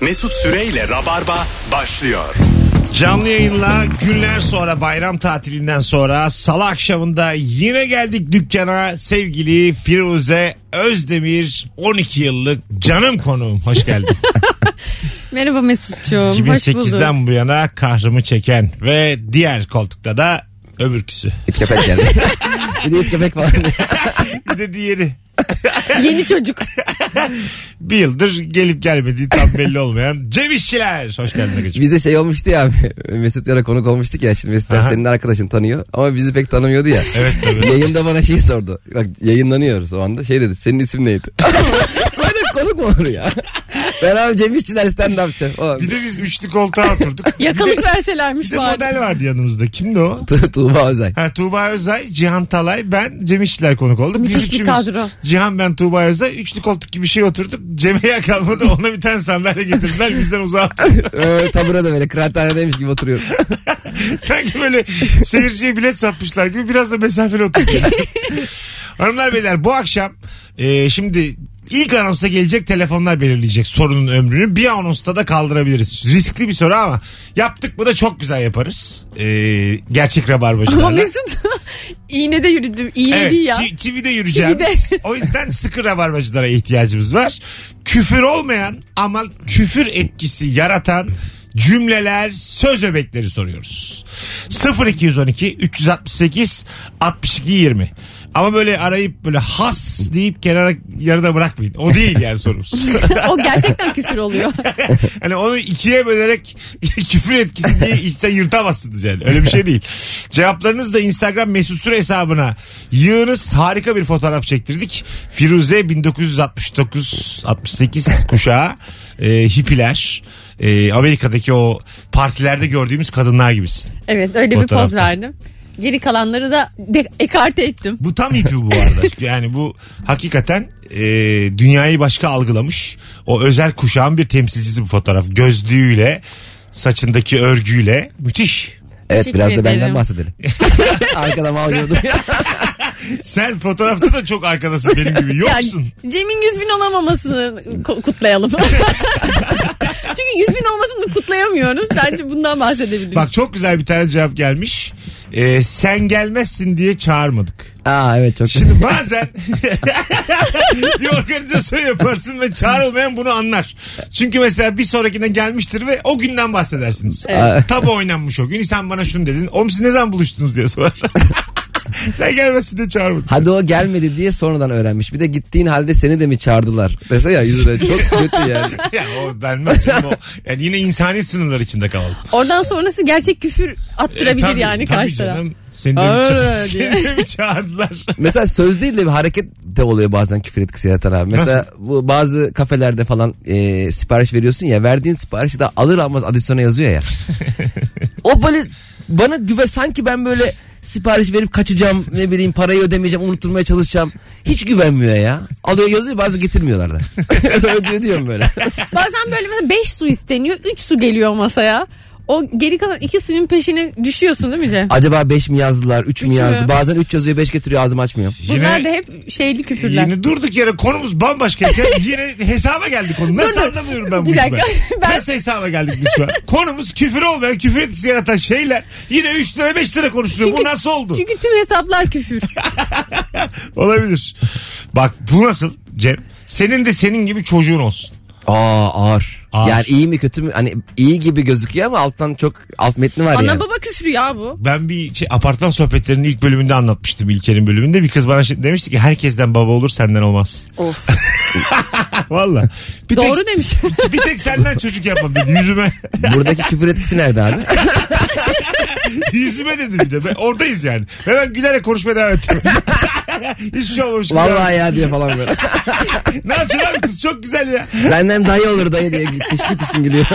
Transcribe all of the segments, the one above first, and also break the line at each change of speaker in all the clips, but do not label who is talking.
Mesut Süreyle Rabarba başlıyor.
Canlı yayınla günler sonra bayram tatilinden sonra salı akşamında yine geldik dükkana sevgili Firuze Özdemir 12 yıllık canım konuğum hoş geldin.
Merhaba Mesut'cuğum. Hoş bulduk.
2008'den bu yana kahrımı çeken ve diğer koltukta da öbürküsü.
İt köpek geldi. bir de it köpek falan.
Bir de diğeri
Yeni çocuk.
bir yıldır gelip gelmediği tam belli olmayan Cem İşçiler. Hoş geldin Agacığım.
Bizde şey olmuştu ya abi. Mesut Yara konuk olmuştuk ya. Şimdi Mesut Yara
Aha.
senin arkadaşın tanıyor. Ama bizi pek tanımıyordu ya.
Evet tabii.
Yayında bana şey sordu. Bak yayınlanıyoruz o anda. Şey dedi. Senin isim neydi? Böyle konuk mu olur ya? Ben abi Cem İşçiler stand upçı falan.
Bir de biz üçlü koltuğa oturduk.
Yakalık
Bir
verselermiş
de
bari.
model vardı yanımızda. Kimdi o?
Tu- Tuğba Özel.
Ha, Tuğba Özay, Cihan Talay, ben Cem İşçiler konuk olduk.
Müthiş
Biz
bir kadro.
Cihan ben Tuğba Özay. Üçlü koltuk gibi bir şey oturduk. Cem'e yer kalmadı. Ona bir tane sandalye getirdiler. Bizden uzağa attılar.
Ee, taburada böyle kıraathanedeymiş gibi oturuyorum.
Sanki böyle seyirciye bilet satmışlar gibi. Biraz da mesafeli oturduk. Hanımlar beyler bu akşam e, şimdi ilk anonsa gelecek telefonlar belirleyecek sorunun ömrünü. Bir anonsta da kaldırabiliriz. Riskli bir soru ama yaptık mı da çok güzel yaparız. E, gerçek rabarbacılarla.
Ama Mesut iğnede yürüdüm. İğnedi ya.
çi- çivide yürüyeceğimiz.
Çivide.
o yüzden sıkı rabarbacılara ihtiyacımız var. Küfür olmayan ama küfür etkisi yaratan cümleler, söz öbekleri soruyoruz. 0212 368 62 20. Ama böyle arayıp böyle has deyip kenara yarıda bırakmayın. O değil yani sorumuz.
o gerçekten küfür oluyor.
Hani onu ikiye bölerek küfür etkisi diye işte yırtamazsınız yani. Öyle bir şey değil. Cevaplarınız da Instagram mesut süre hesabına yığınız. Harika bir fotoğraf çektirdik. Firuze 1969 68 kuşağı e, hippiler. e, Amerika'daki o partilerde gördüğümüz kadınlar gibisin.
Evet öyle bir poz
Fotoğrafta.
verdim. Geri kalanları da de- ekarte ettim.
Bu tam hippi bu arada. Yani bu hakikaten e, dünyayı başka algılamış. O özel kuşağın bir temsilcisi bu fotoğraf. Gözlüğüyle, saçındaki örgüyle. Müthiş.
Evet
Teşekkür
biraz da
ederim.
benden bahsedelim. Arkada mal yiyordum ya.
Sen fotoğrafta da çok arkadasın benim gibi. Yoksun.
Yani Cem'in 100 bin olamamasını ko- kutlayalım. Çünkü 100 bin olmasını kutlayamıyoruz. Bence bundan bahsedebiliriz.
Bak çok güzel bir tane cevap gelmiş. Ee, sen gelmezsin diye çağırmadık.
Aa evet çok.
Şimdi bazen bir organizasyon yaparsın ve çağrılmayan bunu anlar. Çünkü mesela bir sonrakine gelmiştir ve o günden bahsedersiniz.
Evet.
Tabi oynanmış o gün. "E, Sen bana şunu dedin. Oğlum siz ne zaman buluştunuz diye sorar. sen gelmezsin diye çağırmadık.
Hadi o gelmedi diye sonradan öğrenmiş. Bir de gittiğin halde seni de mi çağırdılar? Dese ya yüzüne çok kötü yani.
Ya o denmez. canım o. Yani yine insani sınırlar içinde kalalım.
Oradan sonrası gerçek küfür attırabilir
E, tabii,
yani
tabii
karşı taraf.
canım. Seni de, mi ça-
Aa, diye.
seni de mi çağırdılar?
Mesela söz değil de bir hareket de oluyor bazen küfür etkisi yaratan abi. Mesela bu bazı kafelerde falan e, sipariş veriyorsun ya verdiğin siparişi de alır almaz adisyona yazıyor ya. o böyle bana güve sanki ben böyle sipariş verip kaçacağım ne bileyim parayı ödemeyeceğim unutturmaya çalışacağım. Hiç güvenmiyor ya. Alıyor yazıyor bazı getirmiyorlar da. Ödüyor diyorum böyle.
Bazen böyle mesela 5 su isteniyor 3 su geliyor masaya. O geri kalan 2 suyun peşine düşüyorsun değil mi Cem?
Acaba 5 mi yazdılar 3
Üç
mü
mü?
yazdı? Bazen 3 yazıyor 5 getiriyor ağzımı açmıyor.
Bunlar da hep şeyli küfürler.
Yine durduk yere konumuz bambaşkayken yine hesaba geldik konu. Nasıl
Dur, dur.
anlamıyorum ben bu
Bir
işi
dakika,
ben.
ben-
Nasıl hesaba geldik biz şu an? Konumuz küfür olmayan, küfür etkisi yaratan şeyler. Yine 3 lira 5 lira konuşuluyor. Bu
Çünkü-
nasıl oldu?
Çünkü tüm hesaplar küfür.
Olabilir. Bak bu nasıl Cem? Senin de senin gibi çocuğun olsun.
Aa ağır.
Ağır.
Yani iyi mi kötü mü? Hani iyi gibi gözüküyor ama alttan çok alt metni var
Ana
yani.
baba küfürü ya bu.
Ben bir şey, apartman sohbetlerinin ilk bölümünde anlatmıştım İlker'in bölümünde. Bir kız bana şey, demişti ki herkesten baba olur senden olmaz.
Of.
Valla. Bir tek-
Doğru demiş.
bir tek senden çocuk yapmam dedi yüzüme.
Buradaki küfür etkisi nerede abi?
Yüzüme dedi bir de. Ben, oradayız yani. Ve ben gülerek konuşmaya devam ettim. Hiçbir şey olmamış. gibi.
Vallahi ya diye falan böyle.
Ne yapıyorsun abi kız çok güzel ya.
Benden dayı olur dayı diye pişkin pişkin gülüyor.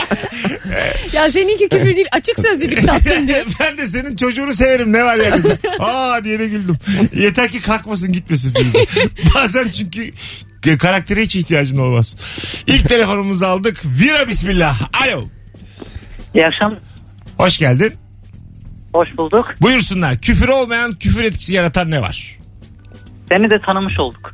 ya seninki küfür değil açık sözlülük tatlım diyor.
ben de senin çocuğunu severim ne var yani. Aa diye de güldüm. Yeter ki kalkmasın gitmesin Firuze. Bazen çünkü karaktere hiç ihtiyacın olmaz. İlk telefonumuzu aldık. Vira bismillah. Alo.
İyi akşam.
Hoş geldin.
Hoş bulduk.
Buyursunlar. Küfür olmayan küfür etkisi yaratan ne var?
Seni de tanımış olduk.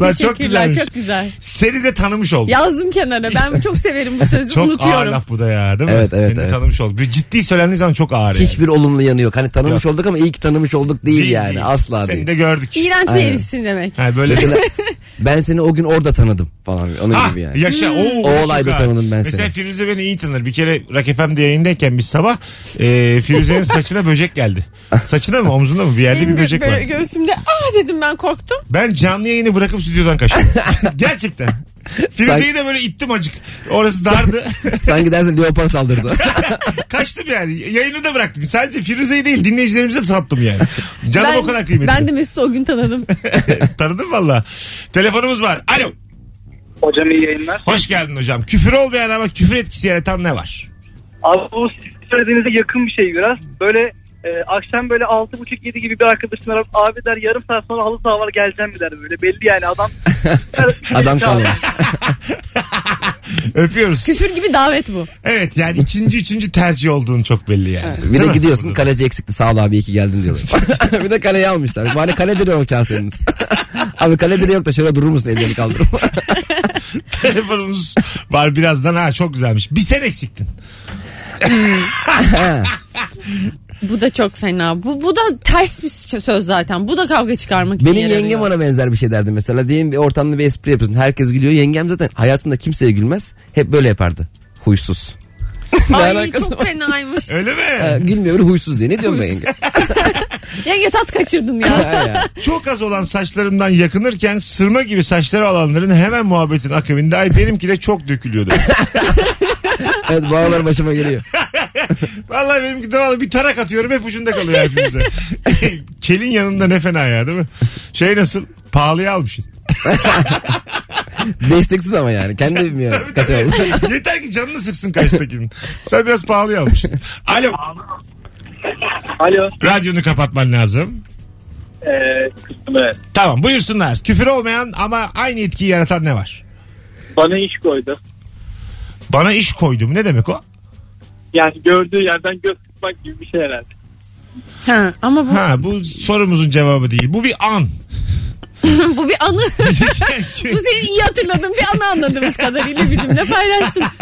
Lan çok
Teşekkürler
güzelmiş.
çok güzel.
Seni de tanımış olduk.
Yazdım kenara. Ben çok severim bu sözü.
çok ağır
unutuyorum.
laf bu da ya değil mi?
Evet, evet,
Seni de
evet.
tanımış olduk. Bir ciddi söylendiği zaman çok ağır. yani.
Hiçbir olumlu yanı yok. Hani tanımış olduk ama iyi ki tanımış olduk değil,
Değil,
yani.
değil.
Asla
Seni
değil.
de gördük.
İğrenç bir
Aynen.
herifsin demek.
Ha, böyle
Mesela ben seni o gün orada tanıdım falan. Onun
Ah,
gibi yani.
yaşa.
Hmm.
Oo,
O
çok
olayda
ağır.
tanıdım ben
Mesela
seni.
Firuze beni iyi tanır. Bir kere Rock FM'de yayındayken biz sabah e, Firuze'nin saçına böcek geldi. Saçına mı omzunda mı bir yerde
Benim
bir
gö-
böcek
böyle
var.
göğsümde ah dedim ben korktum.
Ben canlı yayını bırakıp stüdyodan kaçtım. Gerçekten. Firuze'yi de böyle ittim acık. Orası dardı.
Sanki dersin leopar saldırdı.
kaçtım yani. Yayını da bıraktım. Sadece Firuze'yi değil dinleyicilerimize de sattım yani. Canım
ben,
o kadar kıymetli.
Ben de Mesut'u o gün tanıdım.
Tanıdın valla. Telefonumuz var. Alo.
Hocam iyi yayınlar.
Hoş geldin hocam. Küfür olmayan ama küfür etkisi yaratan ne var?
Abi bu sizin söylediğinize yakın bir şey biraz. Böyle e, akşam böyle 6.30-7 gibi bir arkadaşın arar. Abi der yarım saat sonra halı saha var geleceğim mi der böyle. Belli yani adam.
Adam kalmamış.
Öpüyoruz.
Küfür gibi davet bu.
Evet yani ikinci üçüncü tercih olduğun çok belli yani.
Bir de gidiyorsun kaleci eksikti sağ ol abi iyi ki geldin diyorlar. bir de kaleyi almışlar. Bari kale direği yok Chelsea'niz. abi kale direği yok da şöyle durur musun ellerini kaldırıp.
Telefonumuz var birazdan ha çok güzelmiş. Bir sen eksiktin.
Bu da çok fena. Bu, bu da ters bir sö- söz zaten. Bu da kavga çıkarmak için
Benim
yararıyor.
yengem ona benzer bir şey derdi mesela. Diyelim bir ortamda bir espri yapıyorsun. Herkes gülüyor. Yengem zaten hayatında kimseye gülmez. Hep böyle yapardı. Huysuz. Ne
Ay
alakası
çok
var?
fenaymış.
Öyle mi?
Ha, Gülmüyor böyle huysuz diye. Ne diyorum ben yenge?
Yenge tat kaçırdın
Ha
ya.
ya.
Çok az olan saçlarımdan yakınırken sırma gibi saçları olanların hemen muhabbetin akabinde ay benimki de çok dökülüyordu.
Evet bu aralar başıma geliyor.
Vallahi benimki de vallahi bir tarak atıyorum hep ucunda kalıyor hepimize. Kelin yanında ne fena ya değil mi? Şey nasıl? Pahalıya almışsın.
Desteksiz ama yani. Kendi bilmiyor. Kaç oldu.
Yeter ki canını sıksın karşıdakinin. Sen biraz pahalıya almışsın. Alo.
Alo.
Radyonu kapatman lazım.
Ee, kısmı. evet.
Tamam buyursunlar. Küfür olmayan ama aynı etkiyi yaratan ne var?
Bana iş koydu.
Bana iş koydum. Ne demek o?
Yani gördüğü yerden göz tutmak gibi bir şey herhalde.
ha, ama bu,
Ha bu sorumuzun cevabı değil. Bu bir an.
bu bir anı. bu senin iyi hatırladığın bir anı anladığımız kadarıyla bizimle paylaştın.
Çok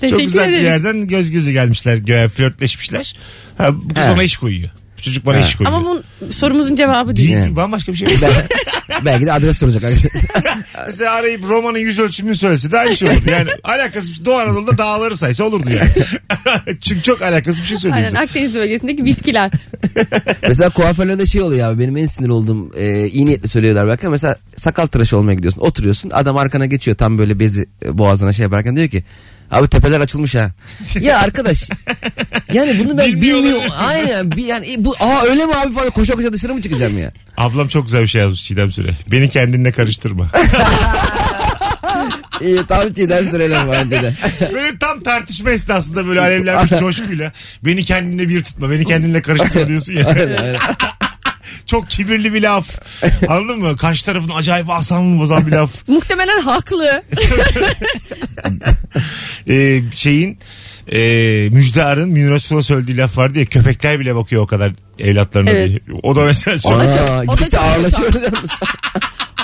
Teşekkür
güzel bir
ederiz.
yerden göz göze gelmişler. Göğe flörtleşmişler. Ha, bu kız
Evet.
ona iş koyuyor. Bu çocuk bana
Evet.
iş koyuyor.
Ama bu sorumuzun cevabı değil.
Değil,
Evet.
bambaşka bir şey.
Bel- belki de adres soracak.
Mesela arayıp romanın yüz ölçümünü söylese de aynı şey olurdu. Yani alakası Doğu Anadolu'da dağları saysa olurdu yani. Çünkü çok alakası bir şey söylüyor.
Aynen Akdeniz bölgesindeki bitkiler.
Mesela kuaförlerde şey oluyor abi benim en sinir olduğum e, iyi niyetle söylüyorlar belki ama mesela sakal tıraşı olmaya gidiyorsun oturuyorsun adam arkana geçiyor tam böyle bezi e, boğazına şey yaparken diyor ki abi tepeler açılmış ha. ya arkadaş yani bunu ben
Bilmiyor
bilmiyorum.
olabilir.
Aynen bir yani e, bu aa öyle mi abi falan koşa koşa dışarı mı çıkacağım ya?
Ablam çok güzel bir şey yazmış Çiğdem Süre. Beni kendinle karıştırma.
İyi tam çiğdem sürelim bence de.
böyle tam tartışma esnasında böyle alevlenmiş coşkuyla beni kendinle bir tutma, beni kendinle karıştırma diyorsun ya. çok kibirli bir laf. Anladın mı? Karşı tarafın acayip asabını bozan bir laf.
Muhtemelen haklı.
Ee, şeyin e, Müjdar'ın Münir Özkul'a söylediği laf vardı ya köpekler bile bakıyor o kadar evlatlarına
Evet.
diye. O da mesela çok,
da çok-
Aa,
o da
gittikçe
çok-
ağırlaşıyor biliyor musun?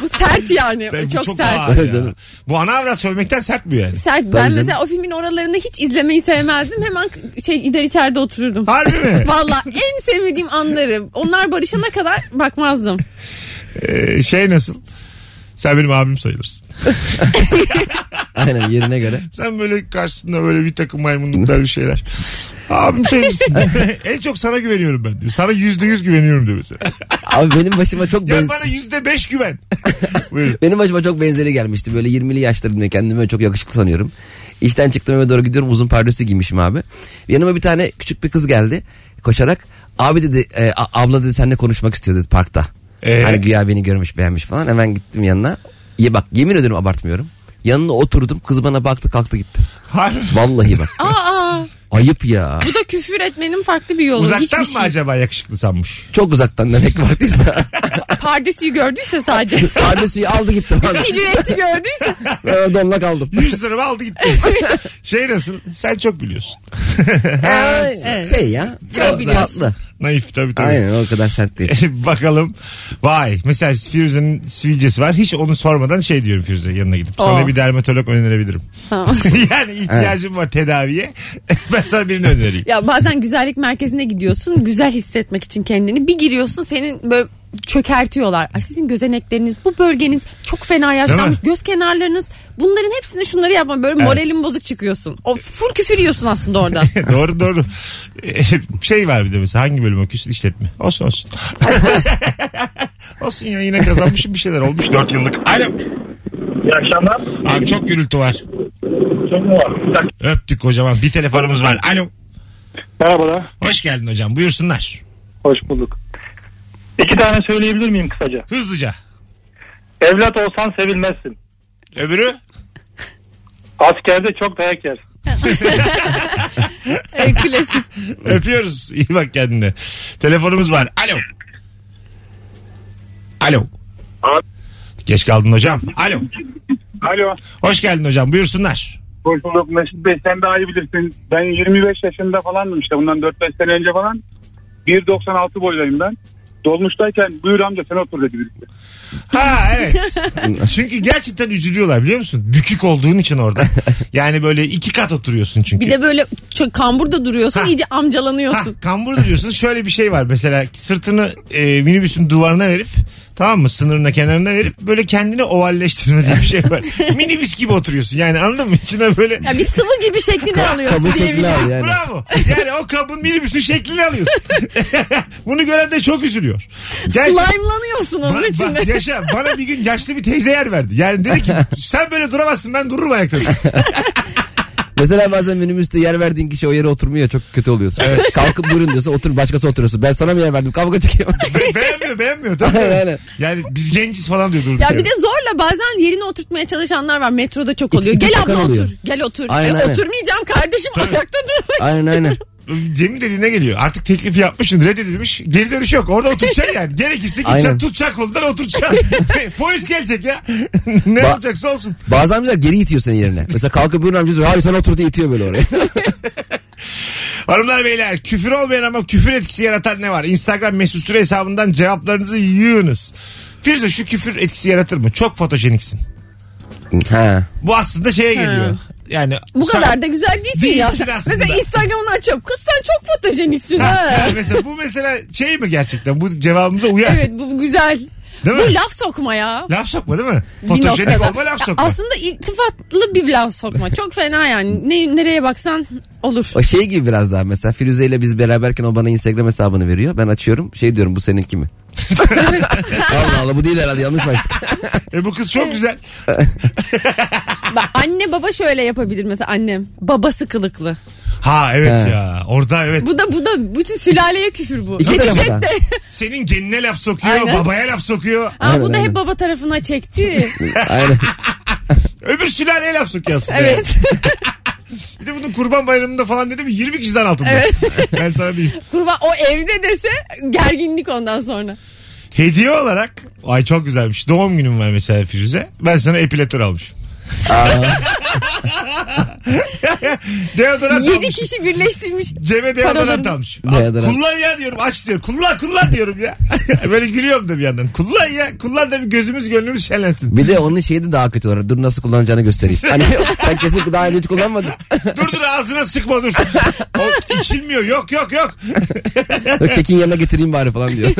Bu sert yani.
Bu
çok, sert.
ağır
Evet,
ya.
evet.
Bu ana avrat söylemekten sert mi yani?
Sert. Ben
canım.
mesela o filmin oralarını hiç izlemeyi sevmezdim. Hemen k- şey gider içeride otururdum.
Harbi mi?
Valla en sevmediğim anları. Onlar barışana kadar bakmazdım.
Ee, şey nasıl? Sen benim abim sayılırsın.
Aynen yerine göre.
Sen böyle karşısında böyle bir takım maymunluklar bir şeyler. Abim sayılırsın. en çok sana güveniyorum ben diyor. Sana yüzde yüz güveniyorum diyor mesela.
Abi benim başıma çok
Ya
ben-
bana yüzde beş güven. Buyurun.
Benim başıma çok benzeri gelmişti. Böyle 20'li yaşlarımda kendimi çok yakışıklı sanıyorum. İşten çıktım eve doğru gidiyorum uzun pardösü giymişim abi. Yanıma bir tane küçük bir kız geldi koşarak. Abi dedi e, a- abla dedi seninle konuşmak istiyor dedi parkta.
Ee?
Hani güya beni görmüş beğenmiş falan hemen gittim yanına. Ya bak yemin ederim abartmıyorum. Yanına oturdum kız bana baktı kalktı gitti.
Harbi.
Vallahi bak.
Aa, aa,
Ayıp ya.
bu da küfür etmenin farklı bir yolu.
Uzaktan
Hiçbir
mı
şey.
acaba yakışıklı sanmış?
Çok uzaktan demek vardıysa.
Pardesüyü gördüyse sadece.
Kardeşi aldı gitti. bana.
Silüeti gördüyse.
Ben öyle donla kaldım.
100 lira aldı gitti. şey nasıl? Sen çok biliyorsun.
Ha,
Evet.
Şey ya. biraz
biliyorsun.
tatlı.
Naif tabii tabii.
Aynen o kadar sert değil.
Bakalım. Vay. Mesela Firuze'nin sivilcesi var. Hiç onu sormadan şey diyorum Firuze yanına gidip. Sana
Aa.
bir dermatolog önerebilirim.
Ha.
yani ihtiyacım var tedaviye. ben sana birini önereyim.
Ya bazen güzellik merkezine gidiyorsun güzel hissetmek için kendini bir giriyorsun senin böyle çökertiyorlar. Ay sizin gözenekleriniz bu bölgeniz çok fena yaşlanmış
Değil
göz kenarlarınız bunların hepsini şunları yapma böyle moralin bozuk çıkıyorsun. O full küfür yiyorsun aslında orada.
doğru doğru. şey var bir de mesela hangi bölüm okuyorsun işletme. Olsun olsun. olsun ya yine kazanmışım bir şeyler olmuş 4 yıllık. Alo.
İyi akşamlar.
Abi çok gürültü var.
Çok mu var? Bir dakika.
Öptük kocaman. Bir telefonumuz var. Alo.
Merhabalar.
Hoş geldin hocam. Buyursunlar.
Hoş bulduk. İki tane söyleyebilir miyim kısaca?
Hızlıca.
Evlat olsan sevilmezsin.
Öbürü?
Askerde çok dayak yersin.
En klasik.
Öpüyoruz. İyi bak kendine. Telefonumuz var. Alo. Alo. Geç kaldın hocam. Alo.
Alo.
Hoş geldin hocam. Buyursunlar.
Hoş bulduk Mesut Bey. Sen daha iyi bilirsin. Ben 25 yaşında falandım işte. Bundan 4-5 sene önce falan. 1.96 boydayım ben. Dolmuştayken buyur amca sen otur dedi birisi.
Ha evet. çünkü gerçekten üzülüyorlar biliyor musun? Bükük olduğun için orada. Yani böyle iki kat oturuyorsun çünkü.
Bir de böyle çok kamburda duruyorsun
Ha.
iyice amcalanıyorsun.
Ha, kambur diyorsunuz. Şöyle bir şey var mesela sırtını e, minibüsün duvarına verip tamam mı sınırına kenarına verip böyle kendini ovalleştirme diye bir şey var. minibüs gibi oturuyorsun yani anladın mı? İçine böyle
Ya bir sıvı gibi şeklini alıyorsun
Kabul şekli
diyebilirim.
abi yani.
Bravo. Yani o kabın minibüsün şeklini alıyorsun. Bunu gören de çok üzülüyor. Gerçekten-
Slime'lanıyorsun onun
Ba- ba-
içinde.
yaşa bana bir gün yaşlı bir teyze yer verdi. Yani dedi ki sen böyle duramazsın ben dururum ayakta. dedi.
Mesela bazen minibüste yer verdiğin kişi o yere oturmuyor çok kötü oluyorsun. Kalkıp buyurun diyorsa otur başkası oturuyorsun. Ben sana mı yer verdim kavga çıkıyor.
Be- beğenmiyor beğenmiyor. Tabii, tabii.
Aynen.
Yani biz genciz falan diyor durduk
Ya
yere.
bir de zorla bazen yerine oturtmaya çalışanlar var. Metroda çok
İt-
oluyor.
iti
Gel
takan
abla
oluyor.
otur. Gel otur.
Aynen,
E,
aynen.
oturmayacağım kardeşim ayakta durma.
aynen aynen.
Cem'in dediğine geliyor. Artık teklif yapmışsın reddedilmiş. Geri dönüş yok. Orada oturacaksın yani. Gerekirse gideceksin
Aynen.
tutacak kolundan oturacaksın. Polis gelecek ya. ne
Ba-
olacaksa olsun.
Bazı amcalar geri itiyor senin yerine. Mesela kalkıp buyurun amca diyor. Hayır sen otur diye itiyor böyle oraya.
Hanımlar beyler küfür olmayan ama küfür etkisi yaratan ne var? Instagram mesut süre hesabından cevaplarınızı yığınız. Firuze şu küfür etkisi yaratır mı? Çok fotojeniksin.
ha.
Bu aslında şeye geliyor. Yani
Bu
sen-
kadar da güzel değilsin
Değilsin
ya.
aslında.
Mesela Instagram'ını açıyorum. Kız sen çok fotojeniksin ha.
mesela bu mesela şey mi gerçekten? Bu cevabımıza uyar.
evet bu güzel.
Değil mi?
Bu laf sokma ya.
Laf sokma değil mi?
Bir
Fotojenik
noktada.
olma laf sokma.
Aslında iltifatlı bir laf sokma. Çok fena yani. Ne, nereye baksan olur.
O şey gibi biraz daha mesela Firuze ile biz beraberken o bana Instagram hesabını veriyor. Ben açıyorum şey diyorum bu seninki mi? Allah Allah bu değil herhalde yanlış başlık.
E bu kız çok güzel.
Bak, anne baba şöyle yapabilir mesela annem. Babası kılıklı.
Ha evet
He.
ya. Orada evet.
Bu da bu da bütün sülaleye küfür bu.
İki tarafa
Yetecek
da.
de.
Senin genine laf sokuyor,
Aynen.
babaya laf sokuyor.
Aa,
Aynen,
bu da
aynen.
hep baba tarafına çekti.
Aynen.
Öbür sülaleye laf sokuyor aslında. yani.
evet.
Bir de bunun kurban bayramında falan dedi mi 20 kişiden altında. ben sana diyeyim.
Kurban o evde dese gerginlik ondan sonra.
Hediye olarak ay çok güzelmiş. Doğum günüm var mesela Firuze. Ben sana epilatör almışım. deodorant
7
almışım.
kişi birleştirmiş.
Cem'e deodorant
Paralarını-
almışım.
Deodorant.
Al, Kullan ya diyorum aç diyor. Kullan kullan diyorum ya. Böyle gülüyorum da bir yandan. Kullan ya. Kullan da bir gözümüz gönlümüz şenlensin.
Bir de onun şeyi de daha kötü olarak dur nasıl kullanacağını göstereyim. Hani sen kesin daha önce hiç kullanmadın.
Dur dur ağzına sıkma dur. O içilmiyor yok yok yok.
Yok, Kekin yanına getireyim bari falan diyor.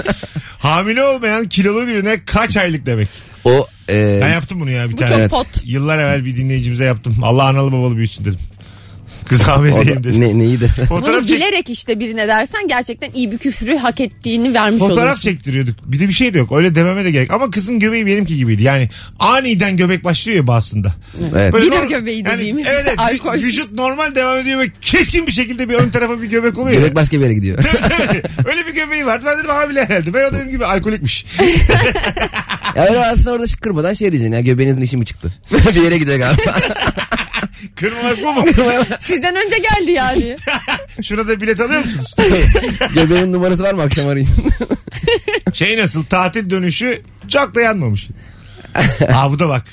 Hamile olmayan kilolu birine kaç aylık demek?
O e,
Ben yaptım bunu ya bir
Bu
tane.
çok
Evet.
pot.
Yıllar evvel bir dinleyicimize yaptım. Allah analı babalı büyüsün dedim. Kız hamile
o da-
değilim dedim.
ne, neyi de.
Fotoğraf,
Bunu
çek-
bilerek işte birine dersen gerçekten iyi bir küfrü hak ettiğini vermiş
fotoğraf
olursun.
çektiriyorduk. Bir de bir şey de yok. Öyle dememe de gerek. Ama kızın göbeği benimki gibiydi. Yani aniden göbek başlıyor ya bazısında.
Evet.
Böyle
Dino
normal-
göbeği dediğimiz
evet, evet, vü-
alkolsüz.
Vücut normal devam ediyor ve keskin bir şekilde bir ön tarafa bir göbek oluyor. ya.
Göbek başka bir yere gidiyor.
Öyle bir göbeği vardı. Ben dedim hamile herhalde. Ben o da benim gibi alkolikmiş.
Ya öyle aslında orada kırmadan şey diyeceksin ya göbeğinizin işi mi çıktı? bir yere gidiyor galiba.
Kırmamak bu mu?
Sizden önce geldi yani.
Şuna da bilet alıyor musunuz?
Göbeğin numarası var mı akşam arayayım?
Şey nasıl tatil dönüşü çok da yanmamış. Aa bu da bak.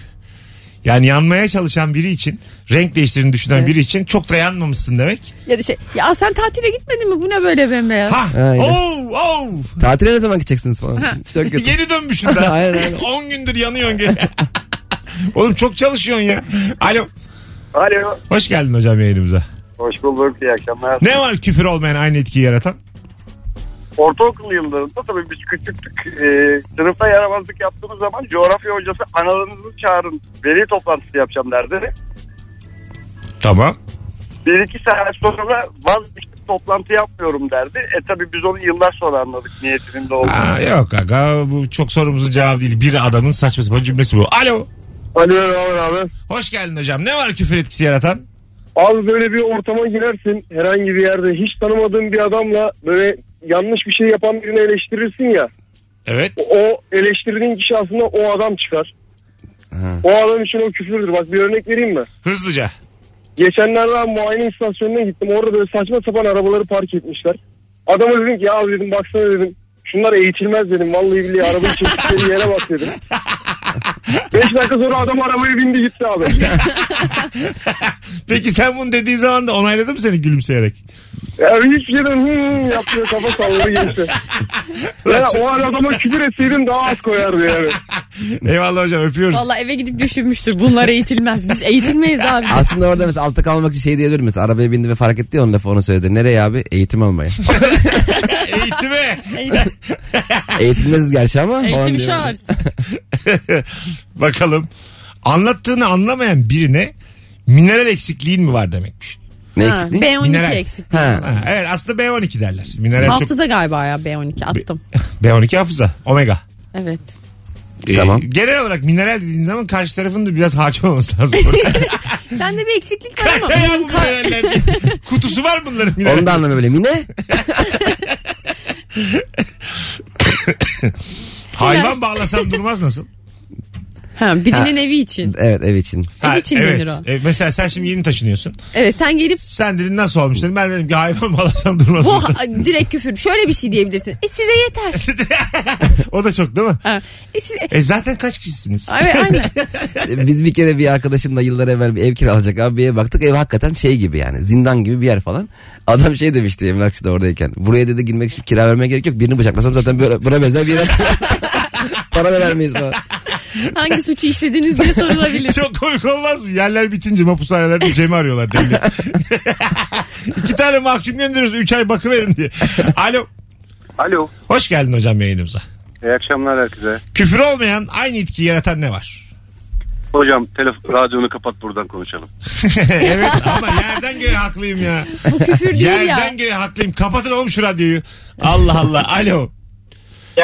Yani yanmaya çalışan biri için renk değiştirdiğini düşünen biri için çok da yanmamışsın demek.
ya da şey ya sen tatile gitmedin mi? Bu ne böyle bembeyaz?
Ha.
Aynen.
Oh, oh.
Tatile ne zaman gideceksiniz falan. Çok kötü.
Geri dönmüşsün daha.
Aynen, aynen.
10 gündür yanıyorsun gene. Oğlum çok çalışıyorsun ya. Alo.
Alo.
Hoş geldin hocam yayınımıza.
Hoş bulduk. İyi akşamlar.
Ne var küfür olmayan aynı etkiyi yaratan?
Ortaokul yıllarında tabii biz küçüktük. E, sınıfta yaramazlık yaptığımız zaman coğrafya hocası analarınızı çağırın. Veli toplantısı yapacağım derdi.
Tamam.
Bir iki saat sonra vazgeçtim toplantı yapmıyorum derdi. E tabii biz onu yıllar sonra anladık niyetinin de olduğunu.
Aa, yok aga bu çok sorumuzun cevabı değil. Bir adamın saçma sapan cümlesi bu. Alo.
Alo abi.
Hoş geldin hocam. Ne var küfür etkisi yaratan?
Abi böyle bir ortama girersin herhangi bir yerde hiç tanımadığın bir adamla böyle yanlış bir şey yapan birini eleştirirsin ya.
Evet.
O eleştirdiğin kişi aslında o adam çıkar. O adam için o küfürdür. Bak bir örnek vereyim mi?
Hızlıca.
Geçenlerde ben muayene istasyonuna gittim. Orada böyle saçma sapan arabaları park etmişler. Adama dedim ki ya abi dedim baksana dedim. Şunlar eğitilmez dedim. Vallahi billahi arabayı çektikleri yere bak dedim. Beş dakika sonra adam arabaya bindi gitti abi.
Peki sen bunu dediği zaman da onayladı mı seni gülümseyerek?
Yani hiçbir şeyden hımm yapıyor kafa salladı geçti. Ya o an adama küfür etseydin daha az koyardı yani.
Eyvallah hocam öpüyoruz.
Vallahi eve gidip düşünmüştür. Bunlar eğitilmez. Biz eğitilmeyiz abi.
Aslında orada mesela altta kalmak için şey diyebilir mesela arabaya bindi ve fark etti ya onun lafı onu söyledi. Nereye abi? Eğitim almaya.
Eğitime.
Eğitilmeziz gerçi ama. falan
Eğitim
diyor.
şart.
Bakalım. Anlattığını anlamayan birine mineral eksikliğin mi var demekmiş.
Ne
Ha,
eksikliği?
B12
Mineral.
eksik.
Ha.
Ha, evet aslında B12 derler. Mineral çok...
Hafıza galiba ya B12 attım.
B12 hafıza. Omega.
Evet.
Ee,
Tamam.
genel olarak mineral dediğin zaman karşı tarafın da biraz hakim olması lazım.
Sende bir eksiklik var
Kaç
ama.
ayağı bu
onun ka-
mineraller diye. Kutusu var mı bunların mineral?
Onu da anlamıyor böyle. Mine?
Hayvan bağlasam durmaz nasıl?
Ha, birinin evi için.
Evet ev için.
Ev için
evet.
denir o.
E, mesela sen şimdi yeni taşınıyorsun.
Evet sen gelip
Sen dedin nasıl olmuş dedim. Ben dedim ki hayvan bağlasam durmaz.
bu
nasıl?
ha- direkt küfür. Şöyle bir şey diyebilirsin. E size yeter.
o da çok değil mi?
Ha, E, size...
E zaten kaç kişisiniz?
Evet aynen.
Biz bir kere bir arkadaşımla yıllar evvel bir ev kiralayacak abi bir eve baktık. Ev hakikaten şey gibi yani zindan gibi bir yer falan. Adam şey demişti emlakçı da oradayken. Buraya dedi girmek için kira vermeye gerek yok. Birini bıçaklasam zaten böyle, buna benzer bir yer. Para da vermeyiz falan.
Hangi suçu işlediniz diye sorulabilir.
Çok komik olmaz mı? Yerler bitince mapushanelerde Cem'i arıyorlar deli. İki tane mahkum gönderiyoruz. Üç ay bakıverin diye. Alo.
Alo.
Hoş geldin hocam yayınımıza.
İyi akşamlar herkese.
Küfür olmayan aynı etkiyi yaratan ne var?
Hocam telefon radyonu kapat buradan konuşalım.
evet ama yerden göğe haklıyım ya.
Bu küfür değil ya.
Yerden göğe haklıyım. Kapatın oğlum şu radyoyu. Allah Allah. Alo.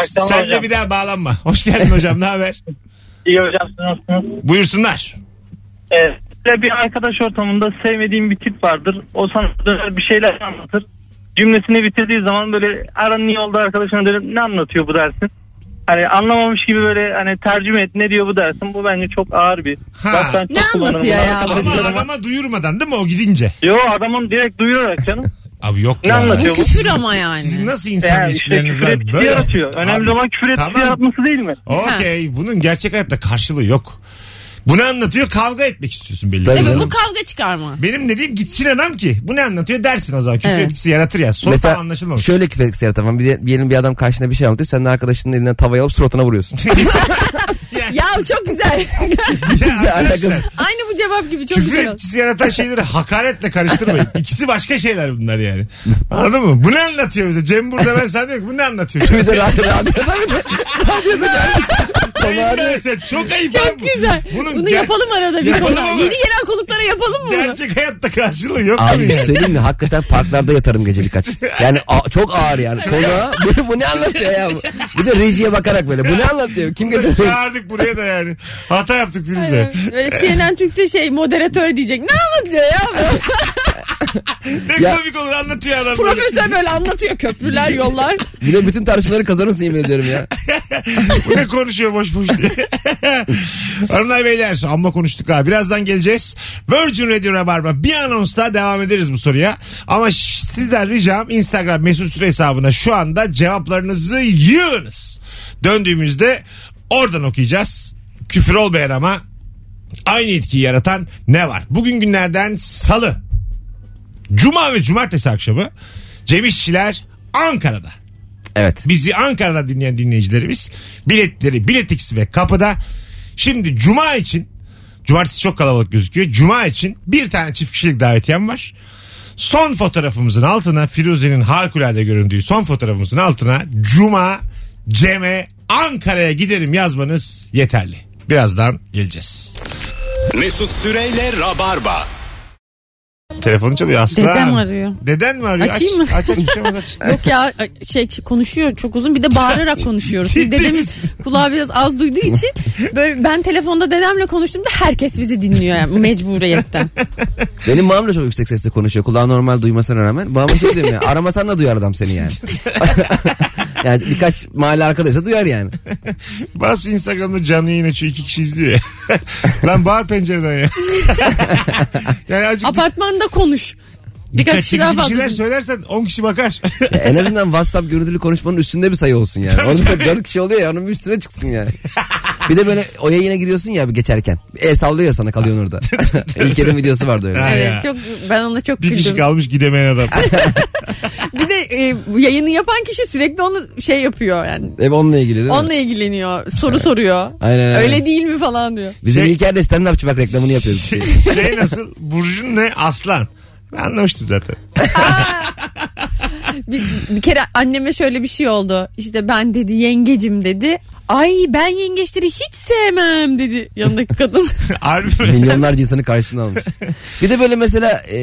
Senle bir daha bağlanma. Hoş geldin hocam. Ne haber?
İyi hocam siz nasılsınız?
Buyursunlar.
Evet. Böyle bir arkadaş ortamında sevmediğim bir tip vardır. O sana döner bir şeyler anlatır. Cümlesini bitirdiği zaman böyle aranın iyi olduğu arkadaşına dönüp ne anlatıyor bu dersin. Hani anlamamış gibi böyle hani tercüme et ne diyor bu dersin. Bu bence çok ağır bir.
Ha.
Bak ben çok
Ne
kullanırım.
anlatıyor
Bunu
ya?
arkadaşlarıma-
Ama adama duyurmadan değil mi o gidince?
Yo adamın direkt duyurarak canım.
Abi yok
Ne
ya.
anlatıyor?
Bu küfür ama
Sizin
yani.
nasıl insan
Yani işte
ilişkileriniz
küfür
var?
etkisi
Böyle.
yaratıyor. Önemli
Abi,
olan küfür etkisi
tamam.
yaratması değil mi?
Okey. Bunun gerçek hayatta karşılığı yok. Bunu anlatıyor kavga etmek istiyorsun belli.
Tabii
ki.
Evet
canım.
bu kavga çıkarma.
Benim dediğim gitsin adam ki. Bu ne anlatıyor dersin o zaman. Küfür
Evet.
etkisi yaratır ya. Sonra
Mesela
anlaşılmamış.
şöyle küfür etkisi yaratamam. Bir, de- diyelim bir adam karşına bir şey anlatıyor. Sen de arkadaşının elinden tavayı alıp suratına vuruyorsun.
Ya bu çok güzel.
Hiç alakası.
Aynı bu cevap gibi çok
Küfür
güzel oldu.
etkisi yaratan şeyleri hakaretle karıştırmayın. İkisi başka şeyler bunlar yani. Anladın mı? Bu ne anlatıyor bize? Cem burada ben sana diyorum ki, bu ne anlatıyor?
bir de radyo, radyoda bir de radyoda gelmiş.
Ayıp
Tabağı-
mesela, Çok ayıp. abi
Çok
bu.
güzel.
Bunun
Bunu
ger-
yapalım arada bir
Yapalım
konu.
ama-
Yeni gelen konuklara yapalım mı bunu?
Gerçek hayatta karşılığı yok.
Abi
bunun
bir
yani.
şey söyleyeyim mi? Hakikaten parklarda yatarım gece birkaç. Yani a- çok ağır yani. Konuğa bu, bu ne anlatıyor ya? bu? Bir de rejiye bakarak böyle. Bu ne anlatıyor? Kim
Bunu da
getirecek?
Çağırdık buraya da yani. Hata yaptık Firuze.
Aynen. Böyle CNN Türk'te şey moderatör diyecek. Ne anlatıyor ya? bu?
Ne
Ya-
komik olur anlatıyor adam. böyle.
Profesör böyle anlatıyor köprüler, yollar.
Bir de bütün tartışmaları kazanırsın yemin ediyorum ya.
Bu ne konuşuyor boş boş diye. Hanımlar beyler amma konuştuk ha. Birazdan geleceğiz. Virgin Radio Rabarba bir anonsla devam ederiz bu soruya. Ama ş- sizden ricam Instagram mesut süre hesabına şu anda cevaplarınızı yığınız. Döndüğümüzde oradan okuyacağız. Küfür olmayan ama aynı etkiyi yaratan ne var? Bugün günlerden salı. Cuma ve cumartesi akşamı Cem İşçiler Ankara'da.
Evet.
Bizi Ankara'da dinleyen dinleyicilerimiz biletleri biletix ve kapıda. Şimdi cuma için cumartesi çok kalabalık gözüküyor. Cuma için bir tane çift kişilik davetiyem var. Son fotoğrafımızın altına Firuze'nin harikulade göründüğü son fotoğrafımızın altına Cuma Cem'e Ankara'ya giderim yazmanız yeterli. Birazdan geleceğiz.
Mesut Süreyle Rabarba.
Telefonu çalıyor Aslı.
Dedem arıyor.
Deden mi arıyor?
Açayım
aç,
mı?
Aç aç bir şey olmaz, aç.
Yok ya şey konuşuyor çok uzun bir de bağırarak konuşuyoruz.
Ciddi
Şimdi dedemiz kulağı biraz az duyduğu için böyle ben telefonda dedemle konuştuğumda herkes bizi dinliyor yani mecburiyetten.
Benim babam da çok yüksek sesle konuşuyor. Kulağı normal duymasına rağmen. Babama şey diyorum ya. Aramasan da duyar adam seni yani. yani birkaç mahalle arkadaysa duyar yani.
Bazı Instagram'da canlı yayın açıyor iki kişi izliyor ya. Lan bağır pencereden ya. yani azıcık
Apartmanda konuş. Birkaç
dikkatli
kişi daha
bir
fazla.
şeyler söylersen 10 kişi bakar.
Ya en azından WhatsApp görüntülü konuşmanın üstünde bir sayı olsun yani. Orada dört kişi oluyor ya onun bir üstüne çıksın yani. Bir de böyle o yayına giriyorsun ya bir geçerken. Bir El sallıyor ya sana kalıyorsun orada. İlker'in videosu vardı öyle.
Ha ya.
Evet çok ben ona çok
bir kişi
güldüm.
kalmış gidemeyen adam.
Bir de e, bu yayını yapan kişi sürekli onu şey yapıyor yani.
Hep onunla ilgili değil mi?
Onunla ilgileniyor. Soru soruyor.
Aynen, aynen.
Öyle değil mi falan diyor.
Bizim
Şey-
İlker de stand-upçı bak reklamını yapıyoruz.
şey, şey nasıl? Burcun ne? Aslan. Ben anlamıştım zaten.
Bir, bir kere anneme şöyle bir şey oldu. İşte ben dedi yengecim dedi. Ay ben yengeçleri hiç sevmem dedi yanındaki kadın.
Harbi mi?
Milyonlarca insanı karşısına almış. Bir de böyle mesela e,